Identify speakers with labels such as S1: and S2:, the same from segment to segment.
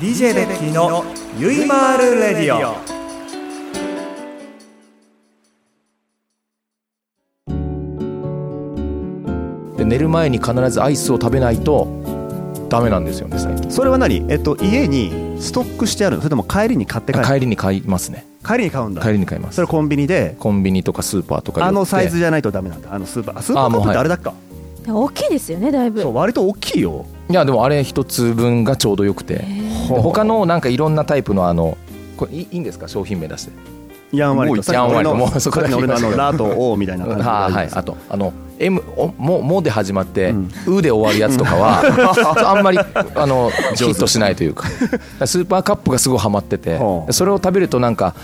S1: DJ ベッキーのゆいまーるレディオ
S2: で寝る前に必ずアイスを食べないとダメなんですよね最近
S3: それは何えっと家にストックしてあるのそれとも帰りに買って帰る
S2: 帰りに買いますね
S3: 帰りに買うんだ
S2: 帰りに買います
S3: それコンビニで
S2: コンビニとかスーパーとか寄っ
S3: あ
S2: て
S3: のサイズじゃないとダメなんだあのスーパーあスーパーカップってあれだっか、
S4: 大きいですよねだいぶ
S3: そう割と大きいよ
S2: いやでもあれ一つ分がちょうどよくてで他のなんかいろんなタイプのあのこれいいいんですか商品名出して
S3: やんわり
S2: も
S3: と
S2: うやんわりともうそこ
S3: さっき
S2: だけ
S3: の俺のあの
S2: 言いました
S3: ラとオーみたいな感じで
S2: あはいあとあの M おももで始まって、
S3: うん
S2: うで終わるやつと かはそうあんまりあのヒットしないというかスーパーカップがすごいハマってて
S3: ほう
S2: それを食べるとなんか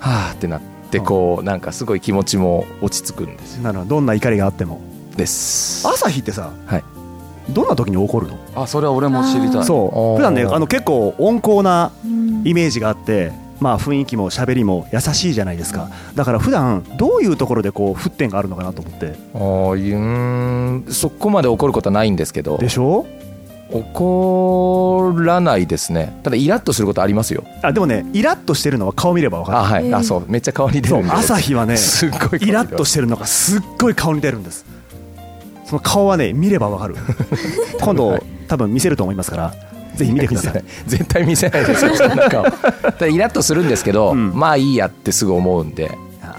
S2: はあってなってこうなんかすごい気持ちも落ち着くんですよ
S3: なるほどどんな怒りがあっても
S2: です
S3: 朝日ってさ、
S2: はい
S3: どんな時に怒るの、
S5: あそれは俺も知りたい
S3: そう
S2: おー
S3: 普段ねあの結構温厚な
S4: うん
S3: イメージがあって、まあ、雰囲気も喋りも優しいじゃないですかだから普段どういうところでこう沸点があるのかなと思って
S2: あーいうーんそこまで怒ることはないんですけど
S3: でしょ
S2: 怒らないですねただイラッとすることありますよ
S3: あでもねイラッとしてるのは顔見れば分か
S2: あはい、
S4: え
S2: あ
S4: ー
S2: そうめっちゃ顔に
S3: る
S2: 出
S3: そ
S2: る
S3: うん
S2: で
S3: 朝日 はね
S2: すっごい顔に出
S3: イ
S2: る
S3: ラッとしてるのがすっごい顔に出るんですその顔はね見れば分 かる今度多分見せると思いますからぜひ見てください
S2: 絶対見せないですよそんな顔ただイラッとするんですけど、
S3: うん
S2: まあいいやってすぐ思うんで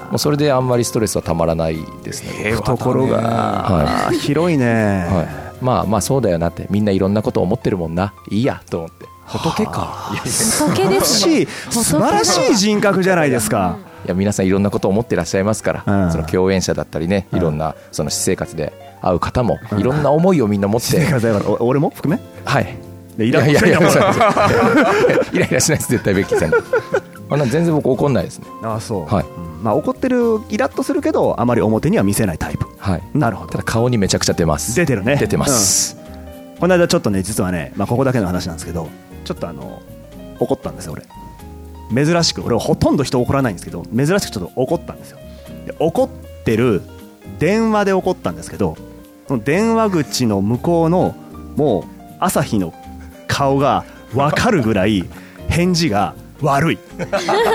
S2: もうそれであんまりストレスはたまらないですね
S3: ところが
S2: は
S3: 広いね、
S2: はい、まあまあそうだよなってみんないろんなこと思ってるもんないいやと思って仏かいやいや
S4: 仏
S3: 素晴
S4: で
S3: ら
S4: す
S3: し
S4: ね
S3: い素晴らしい人格じゃないですか
S2: いや皆さんいろんなことを思ってらっしゃいますから、
S3: うん
S2: その共演者だったりねいろんなその私生活で会う方もいろんな思いをみんな持 って、
S3: てかだからお俺も含め
S2: はい
S3: でイ
S2: い
S3: ラ
S2: や
S3: ッ
S2: い
S3: とし
S2: や
S3: てるんだも
S2: いや
S3: ん
S2: イライラしないです絶対ベッキーさんにあなん全然僕怒んないですね
S3: あそう、
S2: はい
S3: うんまあ、怒ってるイラッとするけどあまり表には見せないタイプ
S2: はい
S3: なるほ
S2: た
S3: ど
S2: だ顔にめちゃくちゃ出ます
S3: 出てるね
S2: 出てます、
S3: この間ちょっとね実はね、まあ、ここだけの話なんですけどちょっとあの怒ったんですよ俺珍しく俺ほとんど人怒らないんですけど珍しくちょっと怒ったんですよで怒ってる電話で怒ったんですけどその電話口の向こうのもう朝日の顔が分かるぐらい返事が悪い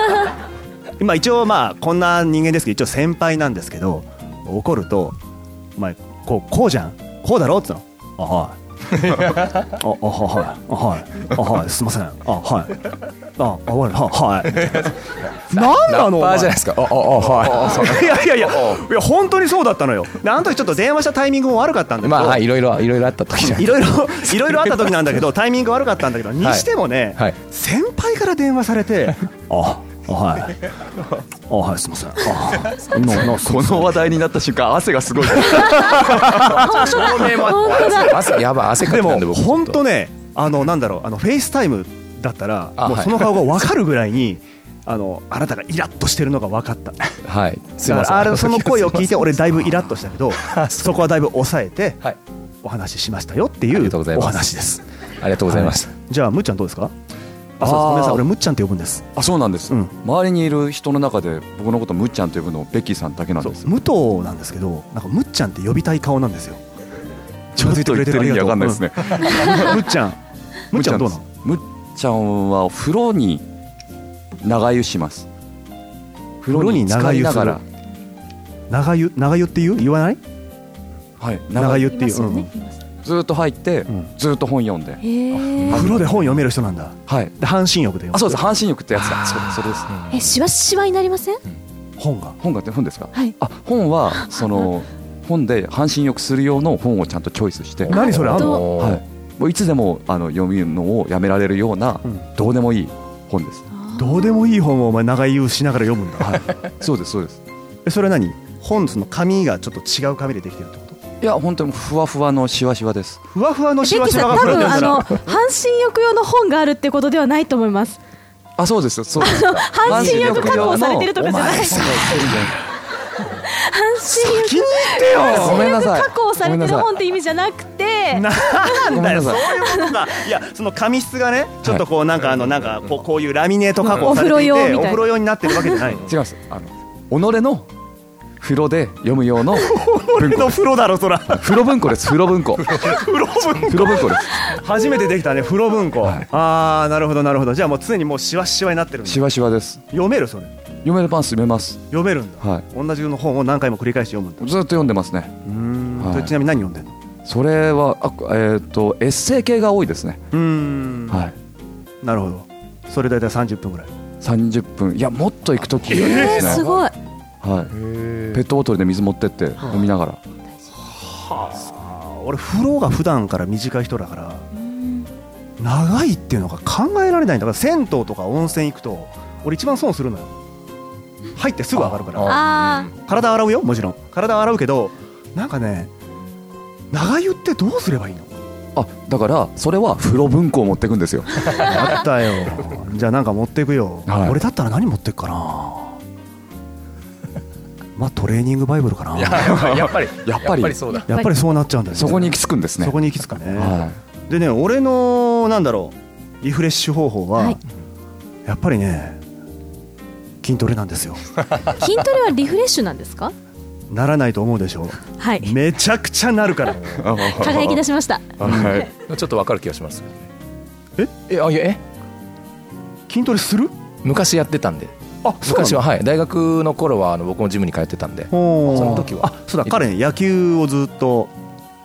S3: 今一応まあこんな人間ですけど一応先輩なんですけど怒ると「お前こうこうじゃんこうだろ」って言ったの「あはい」 あ、あ、はい、あ、はい、あ、はい、すみません、あ、はい。あ、あ、わかりましたは、 はい。なんなの、お
S2: ラッパー
S3: 前
S2: じゃないですかあああはい
S3: やいやい や、いや、本当にそうだったのよ。であの時ちょっと電話したタイミングも悪かったんだけ
S2: い
S3: ど。
S2: まあはいいろいろいろいろあった時じゃない
S3: いろいろいろいろあった時なんだけ どタイミング悪かったんだけどにしてもね、
S2: はい
S3: 先輩から電話され てああはいあはいすみませんああのの
S5: この話題になった瞬間汗がすごい
S4: 本当だ
S2: 汗やばい汗か
S3: で
S2: きな
S3: も
S2: んで僕
S3: 本
S2: ちょ
S3: 当
S2: っ
S3: ねあのなんだろうあのフェイスタイムだったら
S2: あ
S3: もう
S2: はい
S3: その顔 が分かるぐらいにあのあなたがイラッとしてるのが分か った
S2: とはい すい
S3: だ
S2: ま
S3: か
S2: せん
S3: らあれその声を聞いて俺だいぶイラッとした けどそこはだいぶ抑えて
S2: はい
S3: お話ししましたよってい
S2: あり
S3: う
S2: がとうござい
S3: お
S2: ます
S3: 話です
S2: ありがとうございました、
S3: じゃあむっちゃんどうですかあそうです
S5: あー
S3: ごめんなさい俺むっちゃんって呼ぶんです
S5: あそうなんです、
S3: うん
S5: 周りにいる人の中で僕のことむっちゃんと呼ぶのベッキーさんだけなん
S3: そう
S5: です
S3: 武藤なんですけどなんかむっちゃんって呼びたい顔なんですよ
S5: ちょっと言ってる意味わかんないですね
S3: うんむっ ちゃんむっちゃんどうなの
S5: むっちゃんは風呂に長湯します風呂に
S3: 風呂に長
S5: 長
S3: 湯
S5: 湯
S3: する
S5: ながら
S3: 長湯長湯って言う言わない
S5: はい
S3: 長
S5: 長
S3: 湯
S5: 湯
S3: っていう、うんうん
S5: ずっと入って、
S3: ん
S5: ずっと本読んで
S4: へえ
S3: 風呂で本読める人なんだ
S5: はい
S3: で半身浴で読む
S5: あそうです半身浴ってやつだそうそれです
S4: えしわしわになりません
S3: 本が
S5: 本が本ですか
S4: はい
S5: あ本はその本で半身浴する用の本をちゃんとチョイスして
S3: 何それあんの
S4: ど
S2: おー
S5: はい、もういつでもあの読むのをやめられるような、
S3: うん
S5: どうでもいい本です。
S3: どうでもいい本をお前長湯しながら読むんだ、
S5: はい、そうですそうです。
S3: えそれは何本その紙がちょっと違う紙でできてるってこと
S5: いや本当にふわふわのしわしわです。
S3: ふわふわの
S4: ベ
S3: し
S4: ッ
S3: わ
S4: キー
S3: し
S4: さ
S3: わ
S4: ん
S3: が
S4: 多
S3: それ
S4: 分
S3: だ
S4: あ
S3: か
S4: の
S3: ら
S4: 半身浴用の本があるってことではないと思います
S5: あそうですそう です。
S4: 半身浴確保されてるとかじゃない
S5: お前さ
S4: 半身浴
S5: ごめんなさい。
S4: 確保されてる本って意味じゃなくて
S3: なん
S5: ご
S3: だ
S5: めん
S3: よ
S5: な
S3: そ
S5: さ
S3: うい
S5: い
S3: うことかいやその紙質がねちょっとこうなんかあのなんかこうこういうラミネート加工されていて
S4: お風呂用みたい
S3: お
S4: な
S3: 風呂用になってるわけじゃないの
S5: 違います。あの己の風呂で読む 用の文
S3: 俺
S5: 庫
S3: の風呂だろそ ら
S5: 風呂文庫です風呂文庫
S3: 風呂文庫
S5: 風呂文庫です
S3: 初めてできたね風呂文庫、
S5: はい
S3: ああなるほどなるほどじゃあもう常にもうしわしわになってるんだ
S5: しわしわです
S3: 読めるそれ
S5: 読めるパン読めます
S3: 読めるんだ、
S5: はい
S3: 同じの本を何回も繰り返し読むんだ
S5: ずっと読んでますね
S3: うーん、
S5: は
S3: と
S5: い
S3: ちなみに何読んでんの
S5: それはあえっ、とエッセイ系が多いですね、
S3: うーん、
S5: はい
S3: なるほどそれ大体30分ぐらい
S5: 30分いやもっと行く時がありま
S4: えー、
S5: す
S4: す
S5: ね、
S4: ごい。
S5: はい、ペットボトルで水持ってって飲みながら
S3: あ俺風呂が普段から短い人だから長いっていうのが考えられないんだから銭湯とか温泉行くと俺一番損するのよ入ってすぐ上がるから
S4: あ
S3: 体洗うよもちろん体洗うけどなんかね長湯ってどうすればいいの
S5: あだからそれは風呂文庫を持ってくんですよ
S3: あったよ じゃあなんか持ってくよ、
S5: はい
S3: 俺だったら何持ってくかなまあトレーニングバイブルかなや
S2: やっぱり
S5: やっぱり
S2: そうだ
S3: っぱりそうなっちゃうんだよね
S5: そこに行き着くんですね
S3: そこに行き着くかね、
S5: は
S3: でね俺のなんだろうリフレッシュ方法は、
S4: はい
S3: やっぱりね筋トレなんですよ
S4: あ、筋トレはリフレッシュなんですか。
S3: ならないと思うでしょ
S4: はい。
S3: めちゃくちゃなる から
S5: い
S4: 輝き出しました。
S5: はい
S2: ちょっとわかる気がします
S3: え
S2: えあいやえ
S3: 筋トレする
S2: 昔やってたんで
S3: あそうな
S2: 昔
S3: の
S2: ははい大学の頃はあの僕もジムに通ってたんで
S3: ほう
S2: その時は
S3: あそうだ彼ね野球をずっと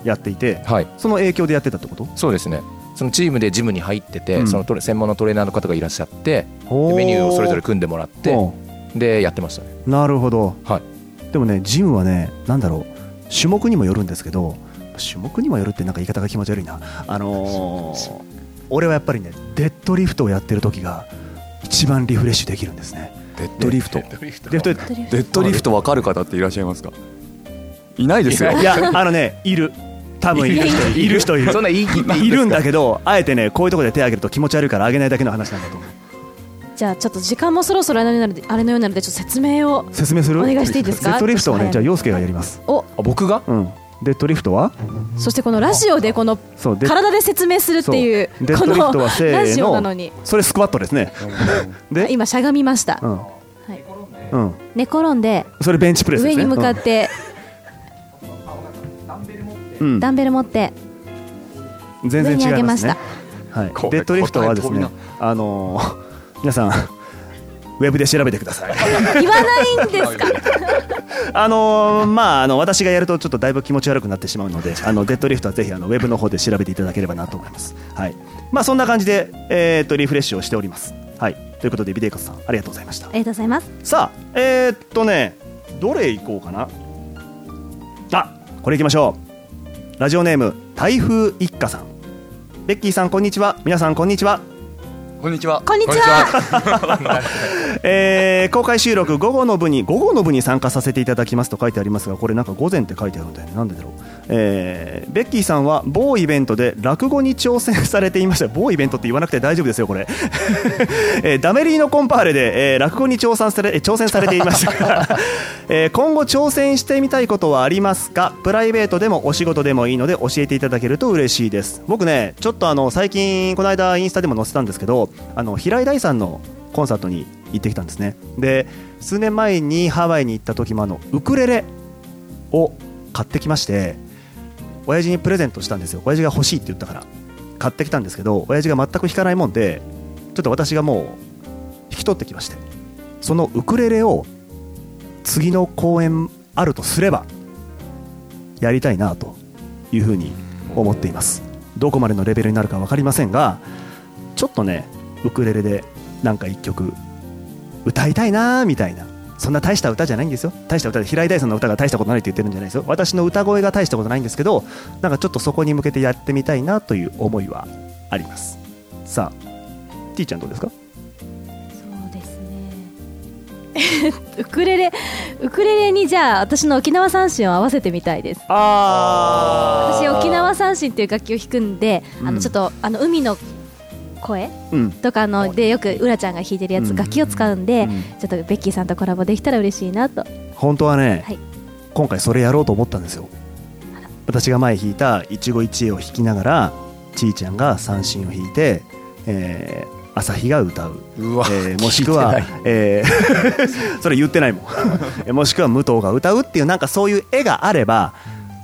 S3: やっていて
S2: はい
S3: その影響でやってたってこと
S2: そうですねそのチームでジムに入ってて、
S3: うん
S2: そのトレ専門のトレーナーの方がいらっしゃって
S3: ほ
S2: で
S3: う
S2: メニューをそれぞれ組んでもらって
S3: ほ
S2: でやってましたね
S3: うなるほど、
S2: はい
S3: でもねジムはねなんだろう種目にもよるんですけど種目にもよるってなんか言い方が気持ち悪いなあのー俺はやっぱりねデッドリフトをやってる時が一番リフレッシュできるんですね
S5: デッドリフト
S3: デッドリ
S4: デッ
S5: デッドリフトわかる方っていらっしゃいますかいないですよ
S3: いやあのねいる多 分いる人いる人いる
S2: そんな言い切ってい
S3: いるんだ
S2: け
S3: けどあえてねこういうところで手挙げると気持ち悪いから挙げないだけの話なんだと思う
S4: じゃあちょっと時間もそろそろあれのようなのであれのようなのでちょっと説明を
S3: 説明する
S4: お願いしていいですか
S3: デッドリフトを
S4: は
S3: ね
S4: い
S3: じゃあ陽介がやります
S4: お
S2: あ僕が
S3: うんデッドリフトは
S4: そしてこのラジオでこの
S3: そうデッ
S4: 体で説明するっていう
S3: そうデッ
S4: こ
S3: ドリフト
S4: の
S3: はせーの
S4: ラジオなのに
S3: それスクワットですね
S4: あ
S3: で
S4: 今しゃがみました、
S3: うん
S4: はい、
S3: うん
S4: 寝転んで
S3: それベンチプレスで
S4: 上
S3: すね
S4: に向かって
S3: うん
S4: ダンベル持って
S3: うん全然違います
S4: 上
S3: ね
S4: に
S3: はい
S5: これ
S3: デッドリフトはですね
S5: 答え飛
S3: あのー皆さんウェブで調べてください
S4: 言わないんですか
S3: あのーまああの私がやるとちょっとだいぶ気持ち悪くなってしまうので、あのデッドリフトはぜひあのウェブの方で調べていただければなと思います。はい。まあそんな感じでえーっとリフレッシュをしております。はい。ということでビデイコスさんありがとうございました
S4: あ。りがとうございます
S3: さあえーっとねどれ行こうかな。あこれ行きましょう。ラジオネーム台風一家さん。ベッキーさんこんにちは。皆さんこんにちは。
S5: こんにちは
S4: こんにちは
S3: えー公開収録午後の部に午後の部に参加させていただきますと書いてありますがこれなんか午前って書いてあるんだよねなんでだろう、えーベッキーさんは某イベントで落語に挑戦されていました某イベントって言わなくて大丈夫ですよこれ、 えーダメリーノコンパーレで、えー落語に挑戦されえー挑戦されていました が、えー今後挑戦してみたいことはありますかプライベートでもお仕事でもいいので教えていただけると嬉しいです僕ねちょっとあの最近この間インスタでも載せたんですけどあの平井大さんのコンサートに行ってきたんですねで数年前にハワイに行った時もあのウクレレを買ってきまして親父にプレゼントしたんですよ親父が欲しいって言ったから買ってきたんですけど親父が全く弾かないもんでちょっと私がもう引き取ってきましてそのウクレレを次の公演あるとすればやりたいなというふうに思っていますどこまでのレベルになるか分かりませんがちょっとねウクレレでなんか一曲歌いたいなーみたいなそんな大した歌じゃないんですよ大した歌で平井大さんの歌が大したことないって言ってるんじゃないですよ私の歌声が大したことないんですけどなんかちょっとそこに向けてやってみたいなという思いはありますさあ T ちゃんどうですか
S4: そうですねウクレレウクレレにじゃあ私の沖縄三線を合わせてみたいです
S3: あ
S4: 私沖縄三線っていう楽器を弾くんで、あ
S3: うん
S4: のちょっとあの海の声
S3: うん
S4: とかのでよくうらちゃんが弾いてるやつ、
S3: うん
S4: 楽器を使うんで、
S3: うん
S4: ちょっとベッキーさんとコラボできたら嬉しいなと
S3: 本当はね、
S4: はい
S3: 今回それやろうと思ったんですよ私が前弾いた一期一会を弾きながらちーちゃんが三振を弾いて、えー朝日が歌う
S2: うわ
S3: えーもしくは
S2: 聞いてな、
S3: えー それ言ってない もんえもしくは武藤が歌うっていうなんかそういう絵があれば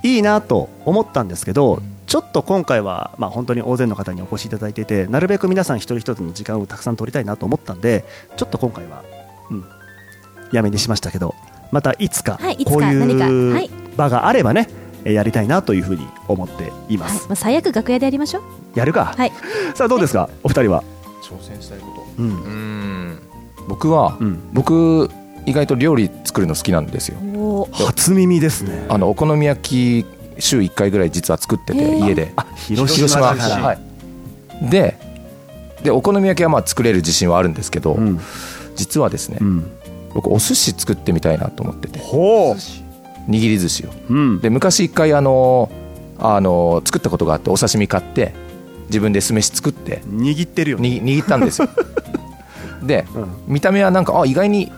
S3: いいなと思ったんですけどちょっと今回は、まあ、本当に大勢の方にお越しいただいていてなるべく皆さん一人一人の時間をたくさん取りたいなと思ったんでちょっと今回は、うん、やめにしましたけどまたいつか
S4: はいいつか
S3: こう
S4: 何かはいいう
S3: 場があればね、えーやりたいなというふうに思っていま
S4: はい
S3: す、
S4: まあ、最悪楽屋でやりましょう
S3: やるか、
S4: はい
S3: さあどうですかお二人は、
S2: 挑戦したいこ
S3: うん
S2: とうん僕は、
S3: うん
S2: 僕意外と料理作るの好きなんですよ
S4: おー
S3: 初耳ですね
S2: あのお好み焼き週1回ぐらい実は作って
S4: へ
S2: て
S4: ー
S2: 家で
S3: 広
S2: 広島
S3: から
S2: はい、ででお好み焼きはまあ作れる自信はあるんですけど、
S3: うん
S2: 実はですね、
S3: うん、
S2: 僕お寿司作ってみたいなと思ってて
S3: ほ
S2: 握り寿司を
S3: う、うん、
S2: で昔一回あのあの作ったことがあってお刺身買って自分で酢飯作って
S3: 握ってるよね、
S2: に握ったんで すよで
S3: う
S2: 見た目はなんかあ意外に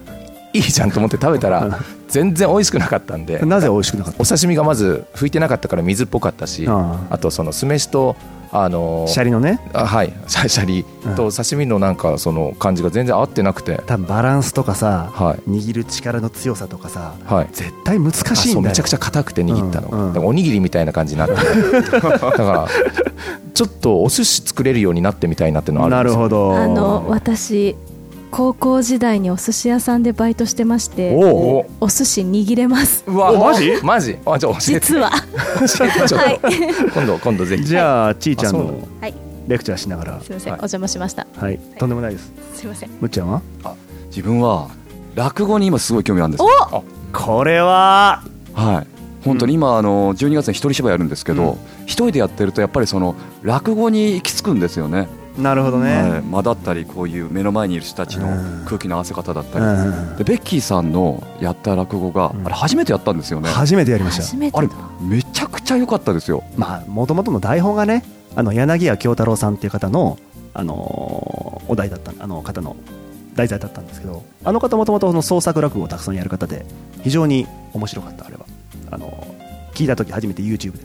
S2: いいじゃんと思って食べた
S3: うん
S2: ら全然美味しくなかったんで
S3: ん、なぜ美味しくなかった
S2: お刺身がまず拭いてなかったから水っぽかったし
S3: ああ
S2: あとその酢飯とあの
S3: シャリのね
S2: あはい シャシャリ
S3: うん
S2: と刺身のなんかその感じが全然合ってなくて
S3: 多分バランスとかさ、
S2: はい
S3: 握る力の強さとかさ
S2: はい
S3: 絶対難しいんだ
S2: あそ
S3: よ
S2: うめちゃくちゃ硬くて握ったのが、
S3: うんうん
S2: でもおにぎりみたいな感じになってだからちょっとお寿司作れるようになってみたいなってのはあるん
S3: な
S2: です
S3: る
S2: よ
S3: ほど
S4: あの私高校時代にお寿司屋さんでバイトしてまして
S3: おう
S2: お
S4: お寿司握れ ます
S2: うわ
S3: おマジ
S2: マジあじゃあ 教えて
S4: 実は
S2: 教えて ちょっ と、
S4: はい
S2: 今度今度ぜひ
S3: じゃあちーちゃん
S2: あそうな
S3: の
S4: はい
S3: レクチャーしながら
S4: すいません、
S2: はい
S4: お邪魔しました
S3: はいとんでもないです
S4: すいません
S3: むっちゃんは
S5: 自分は落語に今すごい興味あるんです
S3: これは
S5: はい本当に今あの12月に一人芝居やるんですけど、一人でやってるとやっぱりその落語に行き着くんですよね、
S3: なるほど
S5: は
S3: ね
S5: い、間だったりこういう目の前にいる人たちの空気の合わせ方だっ
S3: う
S5: たり、
S3: ん
S5: でベッキーさんのやった落語が、
S3: うん
S5: あれ初めてやったんですよね
S3: 初めてやりまし
S4: 初
S3: た
S4: めて
S5: あ
S4: だ
S5: れめちゃくちゃ良かったですよ
S3: まあもともとの台本がねあの柳家京太郎さんっていう方の、あのーお題だったあの方の題材だったんですけどあの方もともとの創作落語をたくさんやる方で非常に面白かったあれはあのー聞いた時初めて YouTube で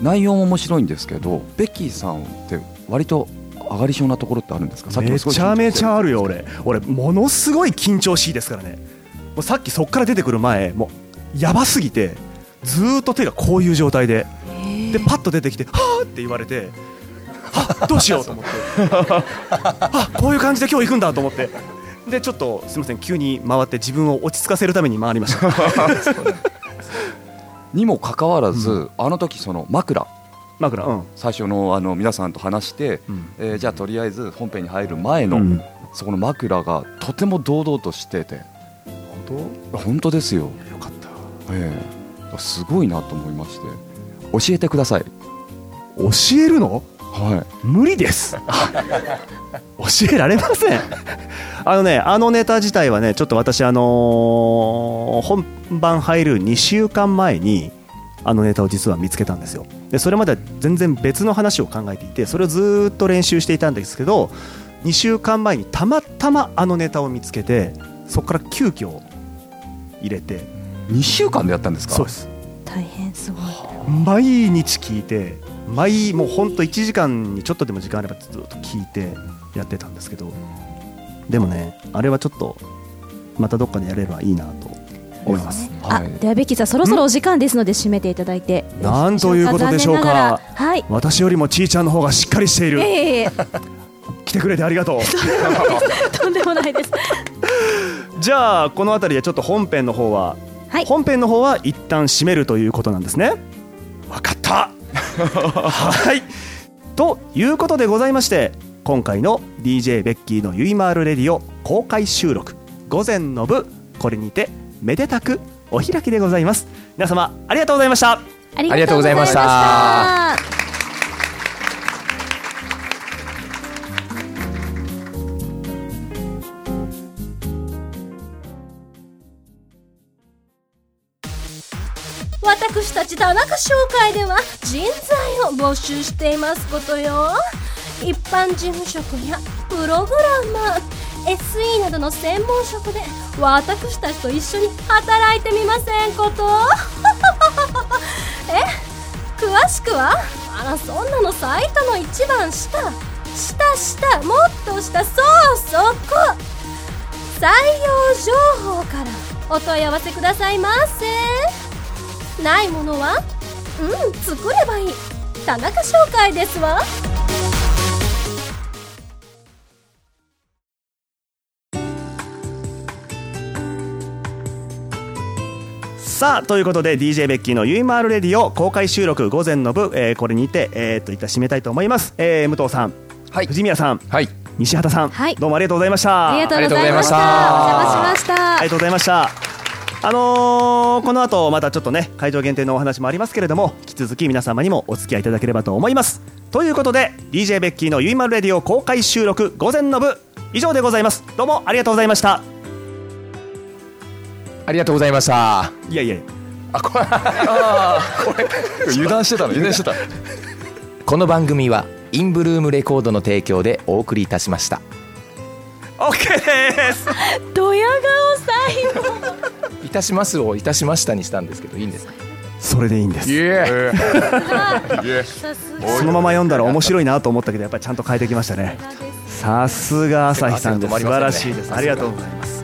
S5: 内容も面白いんですけどベッキーさんって割と上がり症なところってあるんですかさっきも
S3: め
S5: すごい
S3: ちゃめちゃあるよ
S5: 緊張して
S3: 俺俺ものすごい緊張しいですからねもうさっきそっから出てくる前もうやばすぎてずーっと手がこういう状態ででパッと出てきて「はあ」って言われて「あどうしよう」と 思って「あこういう感じで今日行くんだ」と思ってでちょっとすみません急に回って自分を落ち着かせるために回りました
S5: にもかかわらず、あの時その枕
S3: 枕うん、
S5: 最初のあの皆さんと話して、
S3: うん
S5: えーじゃあとりあえず本編に入る前の、
S3: うん
S5: そこの枕がとても堂々としてて
S3: 本
S5: 本当ですよ、
S3: 当よかった
S5: ええすごいなと思いまして教えてください
S3: 教えるの
S5: は
S3: 無理です 教えられませんあのねあのネタ自体はねちょっと私あのー本番入る2週間前にあのネタを実は見つけたんですよでそれまでは全然別の話を考えていてそれをずーっと練習していたんですけど2週間前にたまたまあのネタを見つけてそこから急遽入れて
S5: い2週間でやったんですか
S3: そうです
S4: 大変すごい
S3: 毎日聞いて毎もうほんと1時間にちょっとでも時間あればずっと聞いてやってたんですけどでもねあれはちょっとまたどっかでやればいいなと思います
S4: あ
S5: はい
S4: ではベッキーさんそろそろお時間ですので締めていただいて
S3: なんということでしょうか
S4: 残念ながらはい
S3: 私よりもちーちゃんの方がしっかりしてい
S4: いやい
S3: る
S4: やいや
S3: 来てくれてありがとう
S4: とんでもないです
S3: じゃあこの辺りでちょっと本編の方は、
S4: はい
S3: 本編の方は一旦締めるということなんですねわかった はいということでございまして今回の DJ ベッキーのゆいまーるレディオ公開収録午前の部これにてめでたくお開きでございます皆様ありがとうございました
S4: あ
S2: りがとうございました
S4: りがとうございました
S6: 私たち田中商会では人材を募集していますことよ一般事務職やプログラマー SE などの専門職で私たちと一緒に働いてみませんことえ詳しくはあらそんなのサイトの一番下下下もっと下そうそこ採用情報からお問い合わせくださいませないものはうん作ればいい田中紹介ですわ
S3: さあということで DJ ベッキーの「ゆいまーるレディオ」公開収録午前の部、えーこれにて、えー、といった締めたいと思います、えー武藤さん、
S2: はい
S3: 藤宮さん
S2: はい
S3: 西畑さん、
S4: はい
S3: どうもありがとうございました
S4: ありがとうございました
S2: あ
S4: お邪魔しました
S3: ありがとうございました。あのーこの後またちょっとね会場限定のお話もありますけれども引き続き皆様にもお付き合いいただければと思いますということで DJ ベッキーの「ゆいまるレディオ」公開収録午前の部以上でございますどうもありがとうございました
S2: ありがとうございました
S3: いやいや
S5: 油断してたの油断してた
S2: この番組はインブルームレコードの提供でお送りいたしました
S3: OK です
S4: ドヤ顔最後
S2: いたしますをいたしましたにしたんですけどいいんですか
S3: それでいいんです
S5: え
S4: さすが
S3: そのまま読んだら面白いなと思ったけどやっぱりちゃんと変えてきましたね
S4: です
S3: さすが朝日さんです
S2: 汗
S3: 素晴
S2: が止まりま
S3: ら
S2: せ
S3: し
S2: んね
S3: いですありがとうございます